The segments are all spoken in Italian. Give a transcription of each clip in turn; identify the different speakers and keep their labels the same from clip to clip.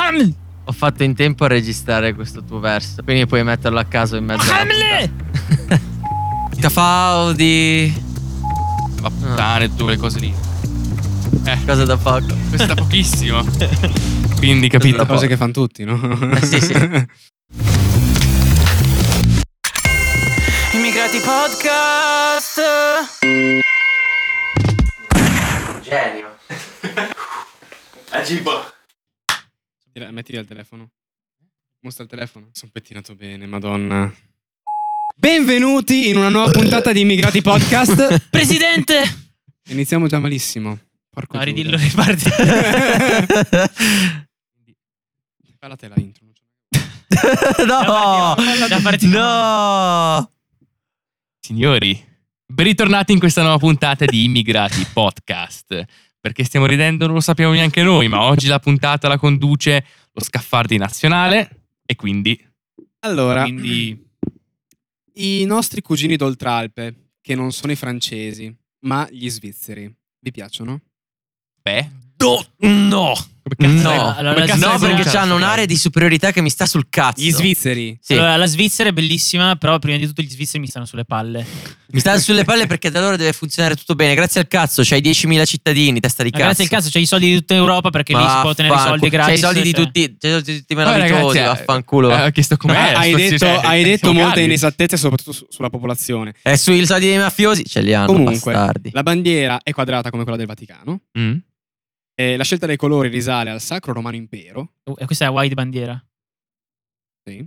Speaker 1: Ham!
Speaker 2: Ho fatto in tempo a registrare questo tuo verso, quindi puoi metterlo a caso in mezzo. alla
Speaker 1: Hamle!
Speaker 3: Cafaldi. Va a puttane tu le cose lì. Eh,
Speaker 2: Cosa da poco.
Speaker 3: questo da pochissimo. Quindi capito.
Speaker 2: da poco.
Speaker 4: Cose che fanno tutti, no?
Speaker 2: Eh, sì, sì.
Speaker 3: Immigrati podcast.
Speaker 2: Genio.
Speaker 4: Tira- Mettili al telefono. Mostra il telefono. Sono pettinato bene, madonna. Benvenuti in una nuova puntata di Immigrati Podcast.
Speaker 3: Presidente.
Speaker 4: Iniziamo già malissimo. Porco
Speaker 3: No,
Speaker 4: Giuda.
Speaker 3: ridillo riparti.
Speaker 4: Fa la tela intro.
Speaker 2: no!
Speaker 3: Da parte-
Speaker 2: No!
Speaker 3: Signori, ben ritornati in questa nuova puntata di Immigrati Podcast. Perché stiamo ridendo non lo sappiamo neanche noi, ma oggi la puntata la conduce lo Scaffardi Nazionale e quindi...
Speaker 4: Allora,
Speaker 3: quindi
Speaker 4: i nostri cugini d'Oltralpe, che non sono i francesi, ma gli svizzeri. Vi piacciono?
Speaker 3: beh... no!
Speaker 2: No,
Speaker 5: Allora,
Speaker 3: cazzo
Speaker 2: no
Speaker 3: è
Speaker 2: perché
Speaker 3: cazzo,
Speaker 2: hanno un'area di superiorità che mi sta sul cazzo.
Speaker 4: Gli svizzeri.
Speaker 2: Sì.
Speaker 5: Allora, la Svizzera è bellissima, però prima di tutto gli svizzeri mi stanno sulle palle.
Speaker 2: Mi sta sulle palle perché da loro deve funzionare tutto bene. Grazie al cazzo, c'hai 10.000 cittadini, testa di
Speaker 5: Ma
Speaker 2: cazzo.
Speaker 5: Eh, grazie al cazzo c'hai i soldi di tutta Europa perché lì si può tenere i soldi
Speaker 2: C'hai i
Speaker 5: gratis.
Speaker 2: soldi di
Speaker 5: cioè.
Speaker 2: tutti, c'hai i soldi di tutti i
Speaker 3: Poi,
Speaker 2: meravigliosi,
Speaker 3: ragazzi, eh,
Speaker 2: vaffanculo.
Speaker 3: eh, ho chiesto com'è.
Speaker 4: Ah, hai
Speaker 3: sto-
Speaker 4: detto,
Speaker 3: cioè,
Speaker 4: hai
Speaker 3: siamo
Speaker 4: detto molte
Speaker 3: caldi.
Speaker 4: inesattezze, soprattutto su- sulla popolazione.
Speaker 2: E Eh, sui soldi dei mafiosi ce li hanno,
Speaker 4: Comunque,
Speaker 5: Eh,
Speaker 2: bastardi.
Speaker 4: la bandiera è quadrata come quella del Vaticano.
Speaker 3: Mm?
Speaker 4: Eh, la scelta dei colori risale al Sacro Romano Impero.
Speaker 5: Uh, E questa è la wide bandiera.
Speaker 4: Sì.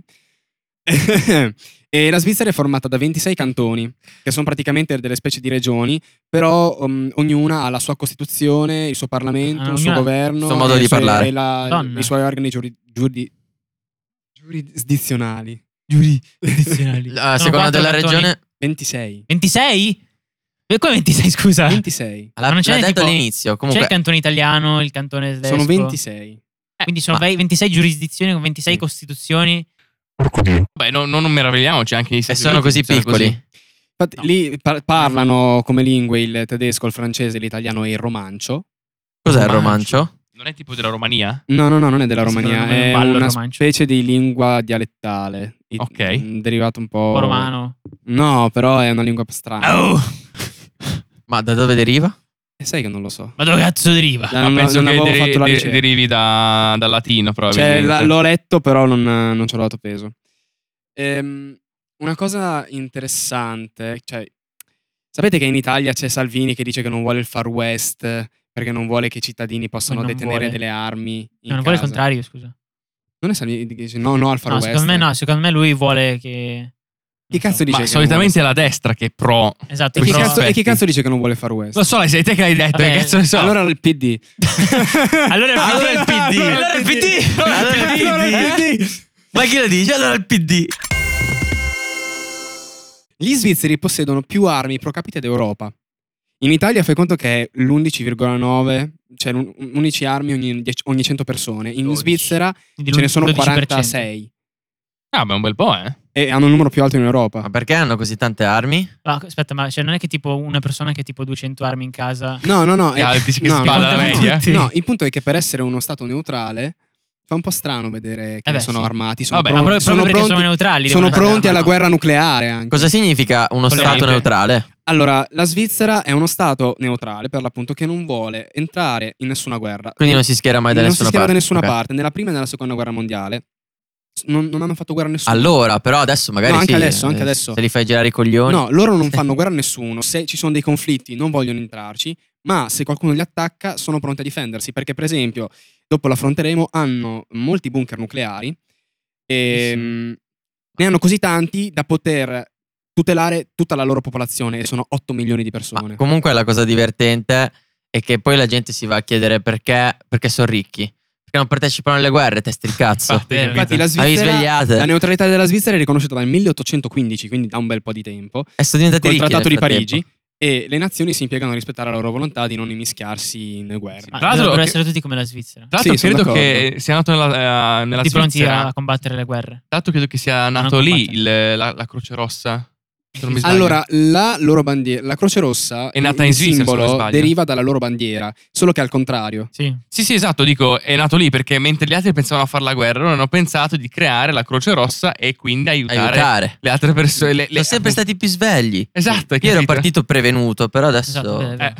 Speaker 4: e la Svizzera è formata da 26 cantoni, che sono praticamente delle specie di regioni, però um, ognuna ha la sua costituzione, il suo parlamento,
Speaker 5: Ah,
Speaker 4: il suo
Speaker 5: ognuna-
Speaker 4: governo,
Speaker 2: il suo modo
Speaker 4: e
Speaker 2: di
Speaker 4: i suoi-
Speaker 2: parlare.
Speaker 4: e la-
Speaker 5: Madonna.
Speaker 4: i suoi organi giuri- giuri- giurisdizionali.
Speaker 2: A
Speaker 5: Sono
Speaker 2: seconda
Speaker 5: quattro
Speaker 2: della
Speaker 5: cantoni.
Speaker 2: regione,
Speaker 4: 26.
Speaker 5: 26? E come 26, scusa?
Speaker 4: 26.
Speaker 2: l'ha,
Speaker 5: Ma
Speaker 2: l'ha
Speaker 5: non c'è
Speaker 2: detto
Speaker 5: tipo-
Speaker 2: all'inizio.
Speaker 5: C'è il
Speaker 2: Comunque,
Speaker 5: cantone italiano, il cantone tedesco.
Speaker 4: Sono 26.
Speaker 5: Eh, quindi sono
Speaker 2: Ma-
Speaker 5: vei- 26 giurisdizioni con 26
Speaker 4: Sì.
Speaker 5: costituzioni.
Speaker 3: Beh, no- no- non meravigliamoci anche gli
Speaker 2: e
Speaker 3: Stati
Speaker 2: Eh, sono
Speaker 3: Uniti
Speaker 2: così
Speaker 3: funzionano
Speaker 2: piccoli.
Speaker 4: Infatti, lì par- parlano come lingue il tedesco, il francese, l'italiano e il romancio.
Speaker 2: Cos'è il
Speaker 5: Romancio.
Speaker 2: romancio?
Speaker 3: Non è tipo della Romania?
Speaker 4: No, no, no, non è della
Speaker 5: Sembra
Speaker 4: Romania,
Speaker 5: come un
Speaker 4: è
Speaker 5: ballo il
Speaker 4: una
Speaker 5: romancio.
Speaker 4: specie di lingua dialettale. I-
Speaker 3: Ok.
Speaker 4: mh, Derivato un po'...
Speaker 5: Un po' romano. Oh.
Speaker 4: No, però è una lingua strana.
Speaker 2: Ma da dove deriva?
Speaker 4: E sai che non lo so.
Speaker 5: Ma dove cazzo deriva?
Speaker 4: Da-
Speaker 3: Ma
Speaker 4: non,
Speaker 3: penso
Speaker 4: non
Speaker 3: che
Speaker 4: avevo
Speaker 3: deri-
Speaker 4: fatto la
Speaker 3: de-
Speaker 4: ricerca.
Speaker 3: derivi da- dal latino,
Speaker 4: Cioè,
Speaker 3: probabilmente.
Speaker 4: la- l'ho letto, però non, non ci ho dato peso. Ehm, una cosa interessante, cioè, sapete che in Italia c'è Salvini che dice che non vuole il Far West perché non vuole che i cittadini possano
Speaker 5: Non
Speaker 4: detenere
Speaker 5: vuole.
Speaker 4: delle armi. in
Speaker 5: No, non vuole il
Speaker 4: casa.
Speaker 5: contrario, scusa.
Speaker 4: Non è Salvini che dice no, no al Far
Speaker 5: no,
Speaker 4: West.
Speaker 5: secondo me no, secondo me lui vuole che...
Speaker 4: Chi
Speaker 5: non so.
Speaker 4: cazzo dice?
Speaker 3: Ma
Speaker 4: che
Speaker 3: solitamente è la destra che è pro.
Speaker 5: Esatto,
Speaker 4: E chi,
Speaker 3: Però-
Speaker 4: cazzo, e chi
Speaker 3: aspetti.
Speaker 4: cazzo dice che non vuole Far West?
Speaker 3: Lo so, sei te che l'hai detto.
Speaker 5: Vabbè,
Speaker 3: che cazzo ne so.
Speaker 4: Allora il PD.
Speaker 5: Allora il PD.
Speaker 2: Allora il PD.
Speaker 5: Allora il PD.
Speaker 2: Allora il PD.
Speaker 4: Allora il PD.
Speaker 2: Ma chi lo dice? Allora il PD.
Speaker 4: Gli svizzeri possedono più armi pro capite d'Europa. In Italia fai conto che è l'11,9, cioè l'un- 11 armi ogni, 10 ogni 100 persone. In
Speaker 2: 12.
Speaker 4: Svizzera
Speaker 5: Quindi
Speaker 4: ce ne sono
Speaker 5: 12%.
Speaker 4: 46
Speaker 3: Ah, ma è un bel po', eh.
Speaker 4: e hanno il numero più alto in Europa.
Speaker 2: Ma perché hanno così tante armi?
Speaker 5: Ma aspetta, ma cioè, non è che tipo una persona che ha tipo 200 armi in casa.
Speaker 4: No, no, no. è-
Speaker 3: Ah, dici che
Speaker 4: no,
Speaker 3: spalla
Speaker 4: no,
Speaker 3: la
Speaker 4: no,
Speaker 3: media?
Speaker 4: No, il punto è che per essere uno stato neutrale fa un po' strano vedere che
Speaker 5: Eh beh,
Speaker 4: sono
Speaker 5: sì.
Speaker 4: armati, sono
Speaker 3: Vabbè,
Speaker 5: Ma
Speaker 4: pronti,
Speaker 5: proprio,
Speaker 4: sono
Speaker 5: proprio perché
Speaker 4: pronti-
Speaker 5: sono neutrali.
Speaker 4: sono
Speaker 5: devono-
Speaker 4: pronti
Speaker 2: ma
Speaker 4: alla
Speaker 2: no.
Speaker 4: guerra nucleare anche.
Speaker 2: Cosa significa uno
Speaker 5: Polemiche.
Speaker 2: stato neutrale?
Speaker 4: Allora, la Svizzera è uno stato neutrale per l'appunto che non vuole entrare in nessuna guerra.
Speaker 2: Quindi non si schiera mai da
Speaker 4: non si
Speaker 2: nessuna
Speaker 4: schiera
Speaker 2: parte.
Speaker 4: da nessuna
Speaker 2: Ok.
Speaker 4: parte. Nella prima e nella seconda guerra mondiale s- non, non hanno fatto guerra a nessuno.
Speaker 2: Allora, però adesso magari
Speaker 4: No, anche
Speaker 2: sì,
Speaker 4: adesso, anche
Speaker 2: eh,
Speaker 4: adesso.
Speaker 2: Se li fai girare i coglioni.
Speaker 4: No, loro non fanno guerra a nessuno. Se ci sono dei conflitti non vogliono entrarci, ma se qualcuno li attacca sono pronti a difendersi. Perché per esempio, dopo l'affronteremo, hanno molti bunker nucleari e mh, ne hanno così tanti da poter tutelare tutta la loro popolazione e sono 8 milioni di persone.
Speaker 2: Ma comunque la cosa divertente è che poi la gente si va a chiedere perché, perché sono ricchi. Perché non partecipano alle guerre, testi il cazzo.
Speaker 3: Infatti, capito?
Speaker 4: Eh, Infatti la
Speaker 2: Avevi
Speaker 4: Svizzera la
Speaker 2: svegliate.
Speaker 4: neutralità della Svizzera è riconosciuta dal 1815, quindi da un bel po' di tempo,
Speaker 2: E Eh, sono diventati
Speaker 4: col
Speaker 2: ricchi.
Speaker 4: Trattato
Speaker 2: nel
Speaker 4: di
Speaker 2: frattempo.
Speaker 4: Parigi e le nazioni si impiegano a rispettare la loro volontà di non immischiarsi in guerra.
Speaker 3: Tra
Speaker 5: Ma
Speaker 3: l'altro-
Speaker 5: Ah, dovrebbero essere tutti come la Svizzera.
Speaker 3: Tra l'altro,
Speaker 4: Sì, sono
Speaker 3: credo
Speaker 4: d'accordo.
Speaker 3: che sia nato nella, eh, nella
Speaker 5: Tutti pronti
Speaker 3: Svizzera.
Speaker 5: a combattere le guerre.
Speaker 3: Tra l'altro, credo che sia nato
Speaker 5: non
Speaker 3: lì
Speaker 5: combattere.
Speaker 3: il- la, la Croce Rossa. se non mi sbaglio.
Speaker 4: Allora, la loro bandiera, la Croce Rossa,
Speaker 3: È nata
Speaker 4: il
Speaker 3: in Svizzera, se non
Speaker 4: simbolo
Speaker 3: sbaglio.
Speaker 4: deriva dalla loro bandiera, solo che al contrario.
Speaker 5: Sì.
Speaker 3: Sì, sì, esatto, dico, è nato lì perché mentre gli altri pensavano a fare la guerra, loro hanno pensato di creare la Croce Rossa e quindi aiutare
Speaker 2: aiutare.
Speaker 3: le altre persone. Le, le-
Speaker 2: Sono sempre stati più svegli.
Speaker 3: Esatto, hai
Speaker 2: Io ero
Speaker 3: capito?
Speaker 2: partito prevenuto, però adesso.
Speaker 5: Esatto, beh, beh.
Speaker 3: Eh,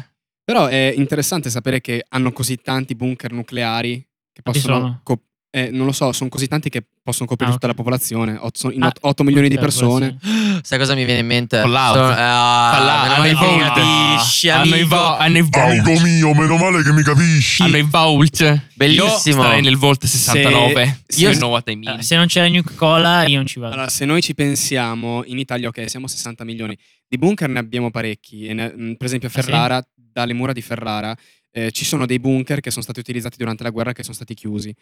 Speaker 4: Però è interessante sapere che hanno così tanti bunker nucleari che
Speaker 5: Quanti
Speaker 4: possono...
Speaker 5: sono?
Speaker 4: co- eh, non lo so, sono così tanti che possono coprire
Speaker 5: Ah,
Speaker 4: tutta
Speaker 5: ok.
Speaker 4: la popolazione, Ot- sono in
Speaker 5: Ah,
Speaker 4: 8 milioni di
Speaker 5: Certo,
Speaker 4: persone.
Speaker 5: sì.
Speaker 2: Sai cosa mi viene in mente?
Speaker 3: Fallout.
Speaker 2: Sono- ah,
Speaker 3: Fallout, hanno
Speaker 2: meno male
Speaker 3: i
Speaker 2: che mi
Speaker 3: vault.
Speaker 2: capisci,
Speaker 3: hanno i
Speaker 2: amico.
Speaker 3: va- hanno i vault.
Speaker 1: Amico mio, meno male che mi capisci.
Speaker 3: Hanno i vault. Io
Speaker 2: Bellissimo.
Speaker 3: starei nel vault 69.
Speaker 4: Se-
Speaker 3: io
Speaker 4: se-
Speaker 3: no, what I mean.
Speaker 5: Eh, Se non c'è la Nuke Cola, io non ci vado.
Speaker 4: Allora, se noi ci pensiamo, in Italia, ok, siamo 60 milioni, di bunker ne abbiamo parecchi. E ne- mh, per esempio a
Speaker 5: sì?
Speaker 4: Ferrara, dalle mura di Ferrara, eh, ci sono dei bunker che sono stati utilizzati durante la guerra che sono stati chiusi.
Speaker 5: I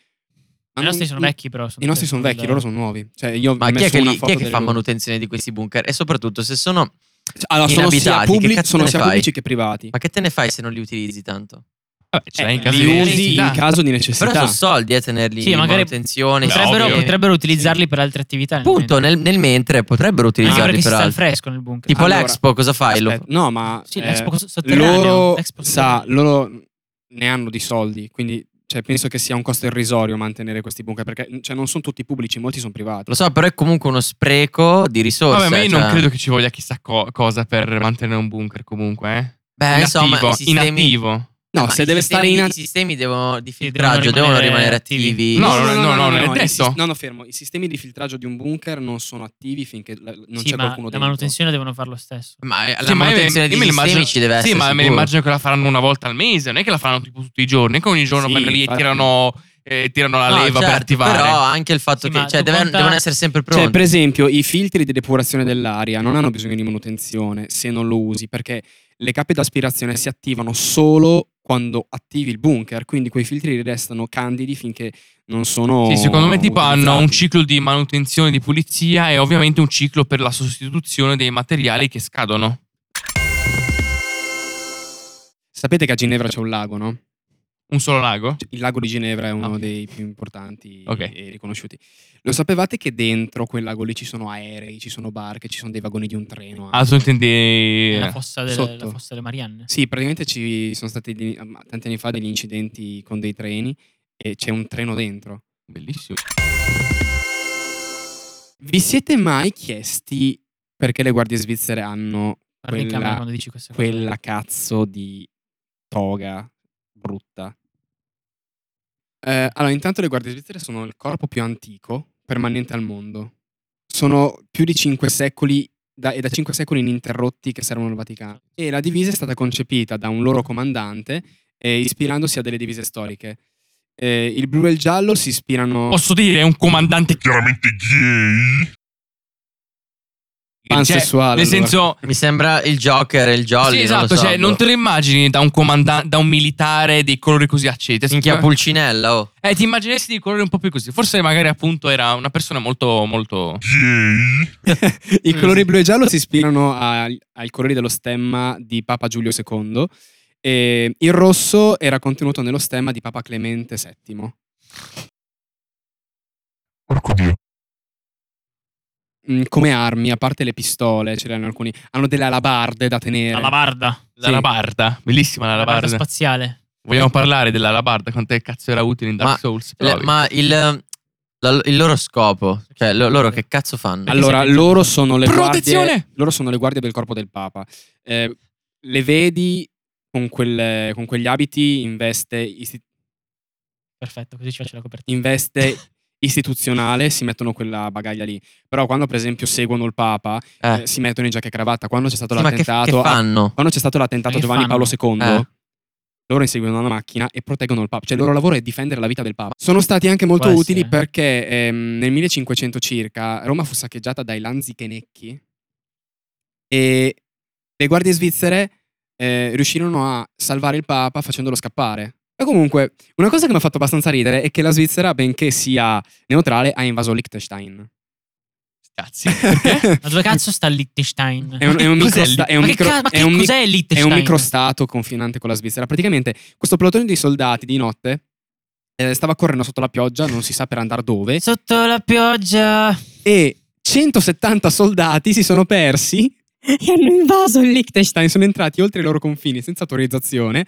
Speaker 4: Hanno
Speaker 5: nostri
Speaker 4: un-
Speaker 5: sono
Speaker 4: un-
Speaker 5: vecchi, però.
Speaker 4: I nostri sono vecchi, loro sono nuovi. Cioè, io ho
Speaker 2: Ma chi
Speaker 4: messo
Speaker 2: è, che,
Speaker 4: una
Speaker 2: li- chi
Speaker 4: foto
Speaker 2: è che
Speaker 4: delle
Speaker 2: fa
Speaker 4: loro.
Speaker 2: manutenzione di questi bunker? E soprattutto se sono.
Speaker 4: Cioè, allora, sono sia,
Speaker 2: inabitati, che
Speaker 4: pubblici,
Speaker 2: cazzo
Speaker 4: sono
Speaker 2: ne
Speaker 4: sia
Speaker 2: fai?
Speaker 4: pubblici che privati.
Speaker 2: Ma che te ne fai se non li utilizzi tanto?
Speaker 3: Vabbè, ce l'hai in
Speaker 4: Eh,
Speaker 3: casa
Speaker 4: li
Speaker 3: di
Speaker 4: usi
Speaker 3: necessità.
Speaker 4: in caso di
Speaker 2: Però
Speaker 4: necessità.
Speaker 2: sono soldi eh, tenerli
Speaker 5: Sì,
Speaker 2: in
Speaker 5: magari
Speaker 2: manutenzione. Cioè,
Speaker 3: Beh,
Speaker 5: Potrebbero,
Speaker 3: ovvio.
Speaker 5: potrebbero utilizzarli per altre attività. nel
Speaker 2: Punto,
Speaker 5: mentre.
Speaker 2: nel, nel mentre potrebbero
Speaker 5: Anche
Speaker 2: utilizzarli
Speaker 5: perché si
Speaker 2: per
Speaker 5: sta al
Speaker 2: altro.
Speaker 5: fresco nel bunker. Ah,
Speaker 2: Tipo
Speaker 4: Allora,
Speaker 2: l'Expo, cosa fai? Lo-
Speaker 4: Aspetta, No, ma
Speaker 5: Sì,
Speaker 4: eh,
Speaker 5: l'Expo so- sotterraneo,
Speaker 4: loro,
Speaker 5: l'Expo
Speaker 4: sa,
Speaker 5: sotterraneo.
Speaker 4: loro ne hanno di soldi, quindi cioè, penso che sia un costo irrisorio mantenere questi bunker, perché cioè, non sono tutti pubblici, molti sono privati.
Speaker 2: Lo so, però è comunque uno spreco di risorse.
Speaker 3: Vabbè, ma io
Speaker 2: cioè-
Speaker 3: non credo che ci voglia chissà co- cosa per mantenere un bunker comunque. Eh.
Speaker 2: Beh,
Speaker 3: Inattivo,
Speaker 2: insomma, i sistemi-
Speaker 3: inattivo.
Speaker 4: No,
Speaker 2: Ma
Speaker 4: se
Speaker 2: i
Speaker 4: deve
Speaker 2: sistemi-
Speaker 4: stare in...
Speaker 2: I sistemi devono, di
Speaker 5: Sì,
Speaker 2: filtraggio
Speaker 5: devono
Speaker 2: devono
Speaker 5: rimanere
Speaker 2: rimanere
Speaker 5: attivi.
Speaker 2: attivi.
Speaker 3: No, no, no, no, non è
Speaker 4: i
Speaker 3: detto.
Speaker 4: sis- no, no, fermo. I sistemi di filtraggio di un bunker non sono attivi finché la- non
Speaker 5: Sì,
Speaker 4: c'è
Speaker 5: ma
Speaker 4: qualcuno
Speaker 5: la
Speaker 4: dentro.
Speaker 5: manutenzione devono fare lo stesso.
Speaker 2: Ma eh, la
Speaker 3: Sì, ma io-
Speaker 2: manutenzione
Speaker 3: io
Speaker 2: dei
Speaker 3: me
Speaker 2: sistemi
Speaker 3: lo immagino-
Speaker 2: ci deve
Speaker 3: Sì,
Speaker 2: essere.
Speaker 3: ma me
Speaker 2: sicuro.
Speaker 3: immagino che la faranno una volta al mese, non è che la faranno tipo tutti i giorni, non è che ogni giorno
Speaker 4: Sì,
Speaker 3: vanno lì e
Speaker 4: infatti.
Speaker 3: tirano, eh, tirano la
Speaker 2: No,
Speaker 3: leva per
Speaker 2: certo,
Speaker 3: attivare.
Speaker 2: Però anche il fatto
Speaker 5: Sì,
Speaker 2: che
Speaker 5: ma
Speaker 2: cioè,
Speaker 5: tu
Speaker 2: deve-
Speaker 5: conta-
Speaker 2: devono essere sempre pronti.
Speaker 4: Cioè, per esempio, i filtri di depurazione dell'aria non hanno bisogno di manutenzione se non lo usi, perché le cappe d'aspirazione si attivano solo quando attivi il bunker, quindi quei filtri restano candidi finché non sono
Speaker 3: Sì, secondo me tipo hanno un
Speaker 4: utilizzati.
Speaker 3: ciclo di manutenzione, di pulizia e ovviamente un ciclo per la sostituzione dei materiali che scadono.
Speaker 4: Sapete che a Ginevra c'è un lago, no?
Speaker 3: Un solo lago?
Speaker 4: Cioè, Il lago di Ginevra è uno
Speaker 3: Ah.
Speaker 4: dei più importanti
Speaker 3: Ok.
Speaker 4: e riconosciuti. Lo sapevate che dentro quel lago lì ci sono aerei, ci sono barche, ci sono dei vagoni di un treno? eh?
Speaker 3: Ah, tu intendi... eh,
Speaker 5: È la fossa delle,
Speaker 4: Sotto.
Speaker 5: la fossa delle Marianne.
Speaker 4: Sì, praticamente ci sono stati di- tanti anni fa degli incidenti con dei treni e c'è un treno dentro.
Speaker 3: Bellissimo.
Speaker 4: Vi siete mai chiesti perché le guardie svizzere hanno
Speaker 5: Guarda in
Speaker 4: Quella-
Speaker 5: camera quando dici queste cose.
Speaker 4: quella cazzo di toga brutta? Eh, allora, intanto le guardie svizzere sono il corpo più antico permanente al mondo. Sono più di 5 secoli da- e da 5 secoli ininterrotti che servono al Vaticano. E la divisa è stata concepita da un loro comandante eh, ispirandosi a delle divise storiche. Eh, il blu e il giallo si ispirano
Speaker 3: Posso dire, è un comandante Cioè,
Speaker 1: Chiaramente gay.
Speaker 4: pansessuale.
Speaker 3: Nel
Speaker 4: allora.
Speaker 3: senso,
Speaker 2: Mi sembra il Joker e il Jolly.
Speaker 3: sì,
Speaker 2: non
Speaker 3: esatto,
Speaker 2: lo so,
Speaker 3: cioè,
Speaker 2: boh.
Speaker 3: non te lo immagini da un, comanda- da un militare dei colori così accesi.
Speaker 2: Minchia Pulcinella, oh.
Speaker 3: Eh, ti immaginessi dei colori un po' più così. Forse magari appunto era una persona molto, molto...
Speaker 1: Gay.
Speaker 4: I colori blu e giallo si ispirano al- ai colori dello stemma di Papa Giulio II. E il rosso era contenuto nello stemma di Papa Clemente VII.
Speaker 1: Porco dio.
Speaker 4: Mm, Come armi, a parte le pistole, ce l'hanno alcuni. Hanno delle alabarde da tenere.
Speaker 5: La lavarda.
Speaker 3: L'alabarda. Bellissima
Speaker 5: La lavarda
Speaker 3: l'alabarda.
Speaker 5: spaziale.
Speaker 3: Vogliamo parlare dell'alabarda, quanto cazzo era utile in Dark
Speaker 2: Ma-
Speaker 3: Souls.
Speaker 2: Le-
Speaker 3: Però,
Speaker 2: ma il, la- il loro scopo, cioè lo- loro che cazzo fanno?
Speaker 4: allora, loro sono le
Speaker 3: Protezione!
Speaker 4: guardie. Loro sono le guardie del corpo del Papa. Eh, le vedi con, quel- con quegli abiti in veste isti-
Speaker 5: Perfetto, così ci faccio la copertina.
Speaker 4: in veste istituzionale si mettono quella bagaglia lì. Però quando per esempio seguono il Papa
Speaker 2: Eh,
Speaker 4: eh, si mettono in giacca e cravatta. Quando c'è stato
Speaker 2: sì, ma che, che
Speaker 4: l'attentato, a-
Speaker 2: fanno?
Speaker 4: quando c'è stato l'attentato a
Speaker 5: Che
Speaker 4: Giovanni
Speaker 5: fanno?
Speaker 4: Paolo II,
Speaker 2: Eh.
Speaker 4: loro inseguono la macchina e proteggono il Papa. Cioè, il loro lavoro è difendere la vita del Papa. Sono stati anche molto
Speaker 5: Può
Speaker 4: utili
Speaker 5: essere.
Speaker 4: perché ehm, nel 1500 circa Roma fu saccheggiata dai Lanzichenecchi e le guardie svizzere eh, riuscirono a salvare il Papa facendolo scappare. E comunque, una cosa che mi ha fatto abbastanza ridere è che la Svizzera, benché sia neutrale, ha invaso Liechtenstein.
Speaker 3: Cazzi.
Speaker 5: Ma dove cazzo sta il Liechtenstein?
Speaker 4: È un, è un
Speaker 3: Cos'è
Speaker 4: microsta-
Speaker 3: lì?
Speaker 4: è un
Speaker 5: ma
Speaker 4: micro-
Speaker 5: che, ca- ma
Speaker 4: è
Speaker 5: che
Speaker 4: un mi-
Speaker 5: cos'è il
Speaker 4: è
Speaker 5: Liechtenstein?
Speaker 4: un microstato confinante con la Svizzera. Praticamente questo plotone di soldati di notte eh, stava correndo sotto la pioggia, non si sa per andare dove,
Speaker 5: Sotto la pioggia.
Speaker 4: e 170 soldati si sono persi e hanno invaso il Liechtenstein, sono entrati oltre i loro confini senza autorizzazione.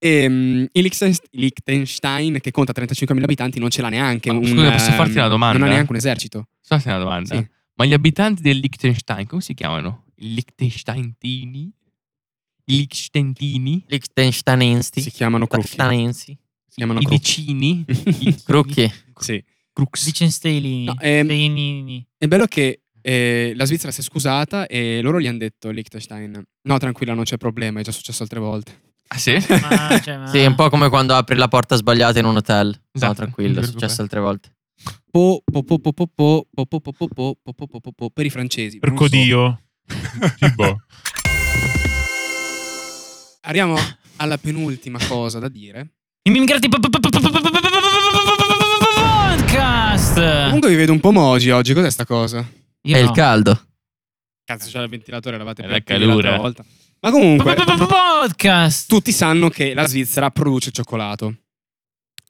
Speaker 4: E mm, il Liechtenst- Liechtenstein, che conta 35.000 abitanti, non ce l'ha neanche.
Speaker 3: Ma
Speaker 4: un,
Speaker 3: scusa, posso
Speaker 4: ehm,
Speaker 3: farti una domanda?
Speaker 4: Non ha neanche un esercito.
Speaker 3: So se è una domanda.
Speaker 4: Sì.
Speaker 3: Ma gli abitanti del Liechtenstein, come si chiamano? I Liechtensteintini? I Liechtensteini?
Speaker 2: Liechtensteinensi.
Speaker 4: Si chiamano crocchi. Si
Speaker 2: Liechtensteinensi.
Speaker 4: chiamano
Speaker 3: I
Speaker 4: crocchi.
Speaker 3: vicini?
Speaker 2: Crucchi.
Speaker 4: Sì.
Speaker 3: Crux.
Speaker 5: Liechtenstein.
Speaker 4: No, ehm,
Speaker 5: Steinini.
Speaker 4: È bello che eh, la Svizzera si è scusata e loro gli hanno detto Liechtenstein. No, tranquilla, non c'è problema, è già successo altre volte.
Speaker 3: Ah sì?
Speaker 5: Ma, cioè, ma-
Speaker 2: Sì, è un po' come quando apri la porta sbagliata in un hotel.
Speaker 3: Esatto,
Speaker 2: No, tranquillo, è
Speaker 3: non ti
Speaker 2: successo
Speaker 3: preoccupare.
Speaker 2: altre volte.
Speaker 4: Po, po, po, po, po, po, po, po, po, po, po, po, po, po, po, po, per i francesi. non so.
Speaker 1: Percodio. Tipo.
Speaker 4: Arriviamo alla penultima cosa da dire.
Speaker 5: Immigrati po- po- po- po- po- po- po- po- po- po- po- po- podcast.
Speaker 4: Comunque vi vedo un po' moji oggi, cos'è sta cosa?
Speaker 5: Io
Speaker 2: è
Speaker 5: no.
Speaker 2: il
Speaker 3: Eh,
Speaker 2: caldo.
Speaker 4: Cazzo, c'era il ventilatore, eravate
Speaker 3: È
Speaker 4: più
Speaker 3: la
Speaker 4: attivi l'altra
Speaker 3: calura.
Speaker 4: volta. Ma comunque,
Speaker 5: Po- po- po- podcast.
Speaker 4: tutti sanno che la Svizzera produce cioccolato.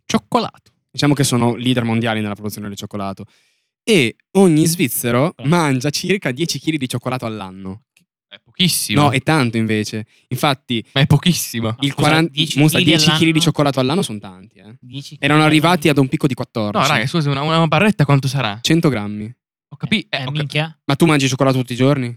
Speaker 3: Cioccolato.
Speaker 4: Diciamo che sono leader mondiali nella produzione del cioccolato. E ogni svizzero mangia circa 10 kg di cioccolato all'anno.
Speaker 3: È pochissimo.
Speaker 4: No, è tanto invece. Infatti,
Speaker 3: Ah, Ma è pochissimo.
Speaker 5: No,
Speaker 4: il
Speaker 5: scusa,
Speaker 4: 40
Speaker 5: 10
Speaker 4: mostra,
Speaker 5: chili
Speaker 4: 10 kg
Speaker 5: all'anno?
Speaker 4: di cioccolato all'anno sono tanti. eh.
Speaker 5: 10
Speaker 4: Erano arrivati ad un picco di 14.
Speaker 3: eh. No, raga, scusa, una, una barretta quanto sarà?
Speaker 2: Cioè,
Speaker 4: 100 grammi.
Speaker 3: Ho capito.
Speaker 5: Eh, minchia.
Speaker 2: Ah,
Speaker 4: Ma tu mangi cioccolato tutti i giorni?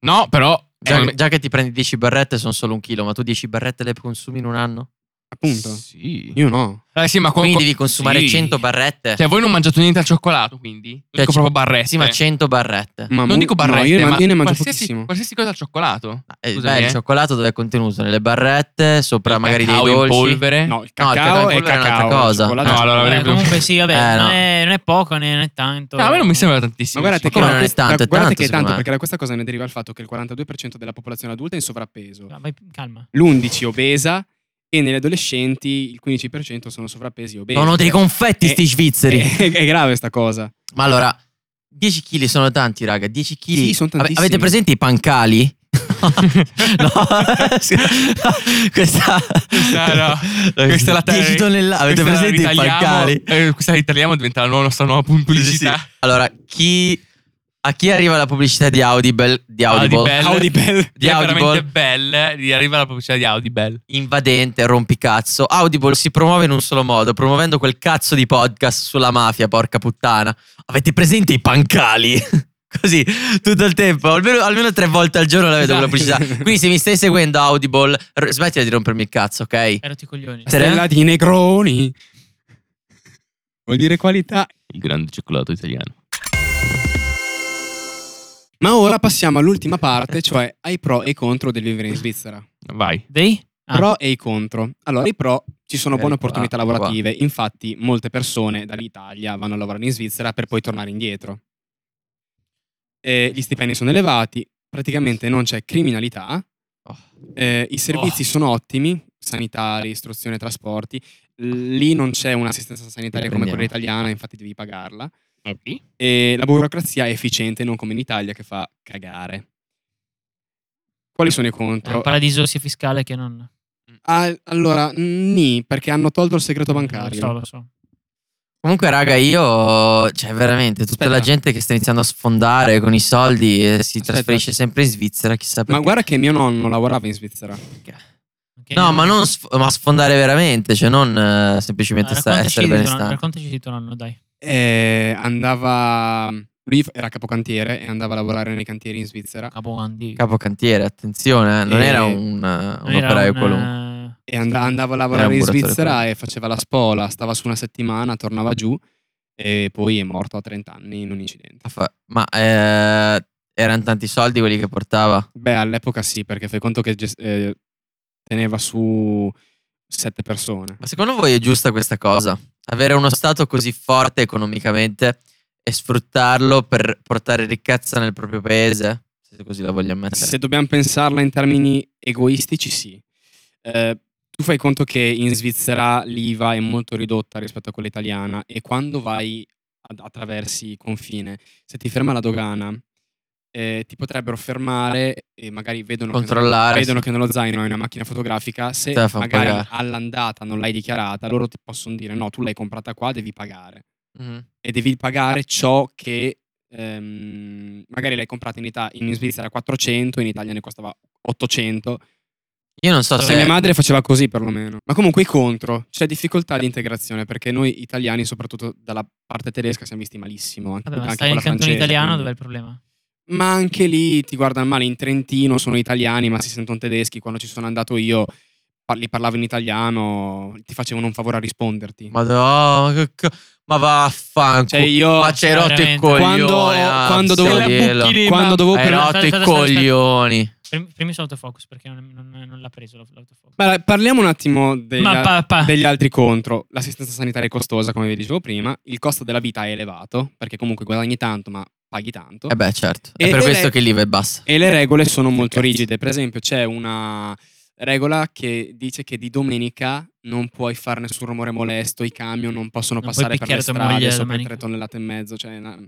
Speaker 3: No, però...
Speaker 2: Già,
Speaker 3: eh,
Speaker 2: già che ti prendi 10 barrette sono solo un chilo, ma tu 10 barrette le consumi in un anno?
Speaker 4: Appunto.
Speaker 3: Sì.
Speaker 4: Io no.
Speaker 3: Eh, sì, ma con-
Speaker 2: Quindi
Speaker 3: con-
Speaker 2: devi consumare
Speaker 3: sì.
Speaker 2: 100 barrette.
Speaker 3: Cioè, voi non mangiate niente al cioccolato, quindi? Non
Speaker 2: Cioè,
Speaker 3: dico
Speaker 2: ci-
Speaker 3: proprio barrette.
Speaker 2: Sì, ma 100 barrette.
Speaker 4: Ma
Speaker 3: Non
Speaker 4: Ah, mu-
Speaker 3: dico barrette,
Speaker 4: no, io, ne-
Speaker 3: ma
Speaker 4: io ne mangio
Speaker 3: qualsiasi,
Speaker 4: pochissimo.
Speaker 3: qualsiasi cosa al cioccolato.
Speaker 2: Eh,
Speaker 3: Scusami,
Speaker 2: beh, il
Speaker 3: eh.
Speaker 2: cioccolato dove è contenuto? Nelle barrette, sopra magari dei
Speaker 3: cacao in
Speaker 2: dolci.
Speaker 3: polvere.
Speaker 4: No, il
Speaker 2: No, il
Speaker 4: cacao
Speaker 2: cacao
Speaker 4: è
Speaker 2: in polvere è
Speaker 4: cacao.
Speaker 2: un'altra cosa.
Speaker 4: il cioccolato
Speaker 3: No,
Speaker 4: è-
Speaker 3: allora-
Speaker 5: Vabbè,
Speaker 3: avrebbe-
Speaker 5: comunque sì, vabbè,
Speaker 2: Eh, no. Ah,
Speaker 5: non, è, non è poco né non è tanto.
Speaker 3: No, Cioè, a me non mi sembra
Speaker 4: Ma
Speaker 3: tantissimo.
Speaker 4: guardate che,
Speaker 2: come
Speaker 4: da
Speaker 2: non è
Speaker 4: quest-
Speaker 2: tanto,
Speaker 4: da-
Speaker 2: è
Speaker 4: guardate
Speaker 2: tanto,
Speaker 4: che è
Speaker 2: secondo
Speaker 4: tanto,
Speaker 2: me.
Speaker 4: perché da questa cosa ne deriva il fatto che il 42% della popolazione adulta è in sovrappeso,
Speaker 3: Esatto.
Speaker 5: No, vai- calma.
Speaker 4: l'11% obesa e negli adolescenti il 15% sono sovrappesi e obesi.
Speaker 2: Sono dei confetti
Speaker 4: Eh,
Speaker 2: sti svizzeri.
Speaker 4: è, è grave sta cosa.
Speaker 2: Ma allora, 10 kg sono tanti, raga. 10 kg.
Speaker 4: Sì, sono
Speaker 2: Ave-
Speaker 4: tantissimi.
Speaker 2: Avete presente i pancali? no, questa,
Speaker 3: Questa no. Questa è la
Speaker 2: 10 tonnellate. Avete
Speaker 3: Questa la
Speaker 2: presente i
Speaker 3: ritagliamo,
Speaker 2: pancali?
Speaker 3: eh, questa la ritagliamo e diventa la nuova- nostra nuova pubblicità.
Speaker 2: Sì, sì. Allora, chi, a chi arriva la pubblicità di Audible, di Audible,
Speaker 3: Audibel.
Speaker 4: Audibel.
Speaker 2: Di
Speaker 3: È veramente
Speaker 2: Audible.
Speaker 3: belle. Gli arriva la pubblicità di Audibel.
Speaker 2: invadente, rompicazzo, Audible si promuove in un solo modo, promuovendo quel cazzo di podcast sulla mafia, porca puttana. Avete presente i pancali? Così, tutto il tempo, almeno, almeno tre volte al giorno la vedo quella pubblicità.
Speaker 4: Esatto.
Speaker 2: Quindi se mi stai seguendo Audible, r- smettila di rompermi il cazzo, ok?
Speaker 5: Ero i coglioni.
Speaker 4: Stella di Negroni. Vuol dire qualità.
Speaker 3: Il grande cioccolato italiano.
Speaker 4: Ma ora passiamo all'ultima parte, cioè ai pro e ai contro del vivere in Svizzera.
Speaker 3: Vai.
Speaker 5: Dei? Ah.
Speaker 4: Pro e i contro. Allora, i pro ci sono buone
Speaker 2: Ecco qua,
Speaker 4: opportunità
Speaker 2: ecco qua.
Speaker 4: lavorative, infatti molte persone dall'Italia vanno a lavorare in Svizzera per poi tornare indietro. Eh, gli stipendi sono elevati, praticamente non c'è criminalità,
Speaker 2: Oh.
Speaker 4: eh, i
Speaker 5: Oh.
Speaker 4: servizi sono ottimi, sanitari, istruzione, trasporti. Lì non c'è un'assistenza sanitaria come quella
Speaker 2: Prendiamo.
Speaker 4: italiana, infatti devi pagarla.
Speaker 5: Eh
Speaker 4: E la burocrazia è efficiente, non come in Italia che fa cagare. Quali sono i
Speaker 5: È un
Speaker 4: contro?
Speaker 5: paradiso sia fiscale che non.
Speaker 4: Ah, allora, ni, perché hanno tolto il segreto bancario.
Speaker 5: Lo so, lo so.
Speaker 2: Comunque, raga, io, cioè, veramente, tutta
Speaker 4: Aspetta.
Speaker 2: la gente che sta iniziando a sfondare con i soldi e si
Speaker 4: Aspetta.
Speaker 2: trasferisce sempre in Svizzera, chissà perché.
Speaker 4: Ma guarda che mio nonno lavorava in Svizzera.
Speaker 5: Ok?
Speaker 2: No, ma non sf- ma sfondare veramente, cioè non eh, semplicemente
Speaker 5: Ah,
Speaker 2: sta-
Speaker 5: raccontaci
Speaker 2: essere
Speaker 5: di tuo
Speaker 2: bene
Speaker 5: nonno,
Speaker 2: stanco.
Speaker 5: Raccontaci di tuo nonno, dai.
Speaker 4: Eh, andava. Lui era capocantiere e andava a lavorare nei cantieri in Svizzera.
Speaker 5: Capoandi.
Speaker 2: Capocantiere, attenzione, eh, non
Speaker 4: Eh,
Speaker 2: era un, eh, un operaio qualunque.
Speaker 5: eh,
Speaker 4: E and- andava a
Speaker 2: Era
Speaker 4: lavorare
Speaker 2: un
Speaker 4: in
Speaker 2: muratore,
Speaker 4: Svizzera
Speaker 2: quello.
Speaker 4: e faceva la spola. Stava su una settimana, tornava giù e poi è morto a 30 anni in un incidente.
Speaker 2: Ma fa- Ma eh, erano tanti soldi quelli che portava.
Speaker 4: Beh, all'epoca sì, perché fai conto che ges- eh, teneva su sette persone.
Speaker 2: Ma secondo voi è giusta questa cosa? Avere uno Stato così forte economicamente e sfruttarlo per portare ricchezza nel proprio paese? Se così la voglio ammettere.
Speaker 4: Se dobbiamo pensarla in termini egoistici, sì. Eh, tu fai conto che in Svizzera l'IVA è molto ridotta rispetto a quella italiana e quando vai ad- attraversi il confine, se ti ferma la dogana, eh, ti potrebbero fermare e magari vedono,
Speaker 2: Controllare,
Speaker 4: che, vedono
Speaker 2: sì.
Speaker 4: che nello zaino hai una macchina fotografica. Se
Speaker 2: Te la fan
Speaker 4: magari
Speaker 2: pagare.
Speaker 4: all'andata non l'hai dichiarata, loro
Speaker 2: Mm.
Speaker 4: ti possono dire no, tu l'hai comprata qua, devi pagare
Speaker 2: Mhm.
Speaker 4: e devi pagare ciò che ehm, magari l'hai comprata in, Ita- in Svizzera a 400, in Italia ne costava 800.
Speaker 2: Io non so
Speaker 4: Se
Speaker 2: se...
Speaker 4: Cioè, mia madre faceva così perlomeno. Ma comunque i contro, c'è difficoltà di integrazione perché noi italiani, soprattutto dalla parte tedesca, siamo visti malissimo. Anche,
Speaker 5: Vabbè, ma
Speaker 4: anche
Speaker 5: stai
Speaker 4: con
Speaker 5: in
Speaker 4: la
Speaker 5: cantone
Speaker 4: francese,
Speaker 5: italiano,
Speaker 4: quindi.
Speaker 5: dov'è il problema?
Speaker 4: Ma anche lì ti guardano male. In Trentino sono italiani, ma si sentono tedeschi. Quando ci sono andato io, par- li parlavo in italiano, ti facevano un favore a risponderti.
Speaker 2: Madonna, che co- ma vaffanculo.
Speaker 4: Cioè, io-
Speaker 2: Ma c'hai rotto i
Speaker 5: Veramente.
Speaker 2: coglioni.
Speaker 4: Quando- quando
Speaker 2: anzi,
Speaker 4: dovevo-
Speaker 2: dillo.
Speaker 3: Bucchini,
Speaker 4: Quando dovevo
Speaker 2: Hai
Speaker 4: per-
Speaker 5: no.
Speaker 2: rotto i
Speaker 5: Aspetta, aspetta, aspetta.
Speaker 2: coglioni.
Speaker 5: Primi, primi su autofocus perché non, non- non l'ha preso l'aut- l'autofocus.
Speaker 4: Beh, parliamo un attimo degli,
Speaker 5: Ma
Speaker 4: al-
Speaker 3: Ah.
Speaker 5: papà,
Speaker 4: degli altri contro. L'assistenza sanitaria è costosa, come vi dicevo prima. Il costo della vita è elevato, perché comunque guadagni tanto, ma paghi tanto.
Speaker 2: Eh beh, certo. È
Speaker 4: E-
Speaker 2: per
Speaker 4: e
Speaker 2: questo
Speaker 4: lei-
Speaker 2: che l'IVA è bassa.
Speaker 4: E le regole sono molto rigide. Per esempio, c'è una regola che dice che di domenica non puoi fare nessun rumore molesto, i camion non possono
Speaker 5: Non puoi
Speaker 4: passare per le
Speaker 5: picchiare tua moglie
Speaker 4: strade
Speaker 5: la
Speaker 4: sopra i
Speaker 5: domenica.
Speaker 4: 3 tonnellate e mezzo. Cioè, na-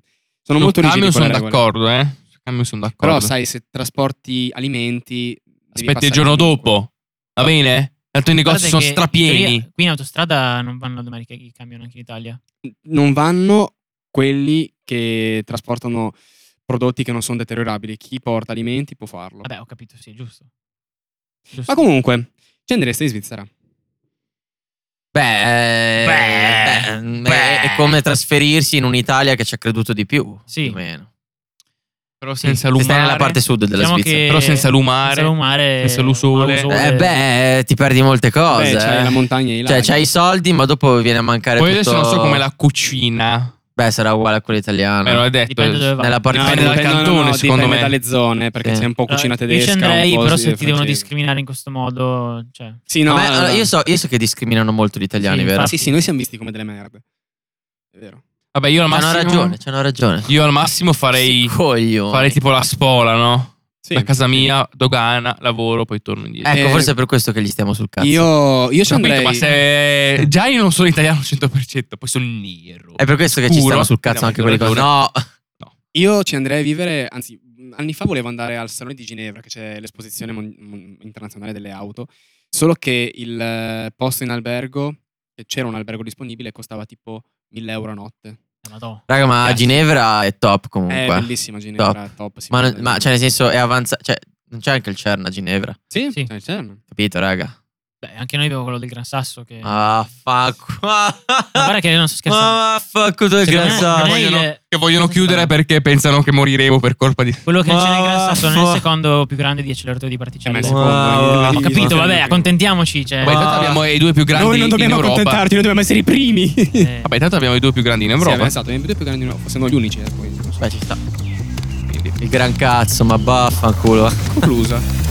Speaker 4: sono molto
Speaker 3: Sul camion
Speaker 4: rigide
Speaker 3: sono
Speaker 4: quelle regole.
Speaker 3: d'accordo, eh. Sul camion sono d'accordo.
Speaker 4: Però sai, se trasporti alimenti... devi
Speaker 3: Aspetti
Speaker 4: passare
Speaker 3: il giorno
Speaker 4: comunque.
Speaker 3: dopo. Va bene? Tanto i negozi
Speaker 5: guardate
Speaker 3: sono
Speaker 5: che in
Speaker 3: strapieni.
Speaker 5: teoria Qui in autostrada non vanno la domenica i camion anche in Italia.
Speaker 4: Non vanno quelli che trasportano prodotti che non sono deteriorabili. Chi porta alimenti può farlo.
Speaker 5: Vabbè, ho capito, sì, è giusto. Giusto.
Speaker 4: Ma comunque, ci andresti in Svizzera?
Speaker 2: Beh, eh,
Speaker 3: Beh,
Speaker 2: beh, eh,
Speaker 3: beh.
Speaker 2: È, è come trasferirsi in un'Italia che ci ha creduto di più.
Speaker 5: Sì.
Speaker 2: Più o meno.
Speaker 3: Però senza
Speaker 2: Se stai nella
Speaker 3: lumare.
Speaker 2: parte Eh, sud della
Speaker 5: Diciamo
Speaker 2: Svizzera.
Speaker 5: che-
Speaker 3: Però senza lumare.
Speaker 5: senza lumare,
Speaker 3: senza l'usole.
Speaker 5: mausole.
Speaker 2: Eh beh, ti perdi molte cose.
Speaker 4: Beh, c'hai
Speaker 2: eh.
Speaker 4: la montagna e i
Speaker 2: Cioè,
Speaker 4: laghi.
Speaker 2: c'hai i soldi, ma dopo viene a mancare
Speaker 3: Poi
Speaker 2: tutto.
Speaker 3: adesso non so come la eh, cucina.
Speaker 2: Beh, sarà uguale a quella
Speaker 3: Me
Speaker 4: Eh,
Speaker 2: italiana.
Speaker 3: l'ho detto.
Speaker 5: Dipende dove vai.
Speaker 2: Nella parte
Speaker 3: dipende dal cantone, secondo
Speaker 4: dipende
Speaker 3: me.
Speaker 4: dalle zone, perché
Speaker 2: Sì.
Speaker 4: c'è un po' cucina
Speaker 5: Allora, Io
Speaker 4: tedesca.
Speaker 5: ci andrei,
Speaker 4: un po'
Speaker 5: però
Speaker 4: sì,
Speaker 5: se ti devono
Speaker 4: francese.
Speaker 5: discriminare in questo modo, cioè,
Speaker 4: Sì, no,
Speaker 2: Vabbè, allora,
Speaker 4: allora-
Speaker 2: io, so, io so che discriminano molto gli italiani,
Speaker 5: Sì,
Speaker 2: vero?
Speaker 4: Ah,
Speaker 5: infatti.
Speaker 4: sì, sì, noi siamo visti come delle merde. È vero.
Speaker 3: Vabbè, io al
Speaker 2: C'hanno
Speaker 3: massimo.
Speaker 2: ragione, c'hanno ragione.
Speaker 3: Io al massimo farei.
Speaker 2: Sì, coglioni.
Speaker 3: Farei tipo la spola, no?
Speaker 4: Sì.
Speaker 3: Da casa mia, dogana, lavoro, poi torno indietro.
Speaker 2: Ecco,
Speaker 4: Eh,
Speaker 2: forse è per questo che gli stiamo sul cazzo.
Speaker 4: Io, io ci
Speaker 3: Capito,
Speaker 4: andrei.
Speaker 3: ma se già io non sono italiano al 100%, poi sono nero.
Speaker 2: È per questo che ci
Speaker 3: Sicuro?
Speaker 2: stiamo sul cazzo
Speaker 3: Abbiamo
Speaker 2: anche quelli cose.
Speaker 3: ragione.
Speaker 2: No,
Speaker 4: Io ci andrei a vivere, anzi, anni fa volevo andare al Salone di Ginevra, che c'è l'esposizione mon- mon- internazionale delle auto, solo che il eh, posto in albergo, che c'era un albergo disponibile, costava tipo 1000 euro a notte.
Speaker 5: madò.
Speaker 2: raga, ma
Speaker 4: Cazzo. Eh,
Speaker 2: Ginevra è top
Speaker 4: È
Speaker 2: comunque.
Speaker 4: bellissima Ginevra, top. si
Speaker 2: ma,
Speaker 4: guarda-
Speaker 2: ma, cioè, nel senso, è avanzata. Cioè, non c'è anche il CERN a Ginevra,
Speaker 4: Sì,
Speaker 5: Sì.
Speaker 4: c'è il CERN.
Speaker 2: capito, raga?
Speaker 5: Beh, anche noi abbiamo quello del Gran Sasso che...
Speaker 2: Ah, fa qua.
Speaker 5: Ma guarda che io non sto scherzando.
Speaker 2: Ma vaffanculo del
Speaker 5: Secondo
Speaker 2: Gran
Speaker 5: me-
Speaker 2: Sasso.
Speaker 5: secondo me
Speaker 3: vogliono-
Speaker 5: il-
Speaker 3: Che vogliono chiudere perché pensano che moriremo per colpa di.
Speaker 4: Eh,
Speaker 5: Quello che c'è nel Gran
Speaker 2: Ma-
Speaker 5: Sasso non è il secondo più grande di acceleratore di
Speaker 4: Cioè, ma
Speaker 5: particelle.
Speaker 4: è
Speaker 2: Wow.
Speaker 4: secondo,
Speaker 2: Ho
Speaker 5: Ho
Speaker 4: il- il-
Speaker 5: capito,
Speaker 4: il-
Speaker 5: vabbè,
Speaker 4: il-
Speaker 5: accontentiamoci. Cioè,
Speaker 3: Vabbè, intanto
Speaker 2: Ah.
Speaker 3: abbiamo i due più grandi
Speaker 4: Noi non dobbiamo
Speaker 3: in Europa.
Speaker 4: accontentarci, noi dobbiamo essere i primi. Sì,
Speaker 5: eh,
Speaker 3: Vabbè, intanto abbiamo i due più grandi in
Speaker 4: abbiamo
Speaker 3: Europa.
Speaker 4: esatto, i due più grandi in Europa, siamo gli unici. eh, poi.
Speaker 2: Beh, ci sta. Il gran cazzo, ma vaffanculo.
Speaker 4: Conclusa.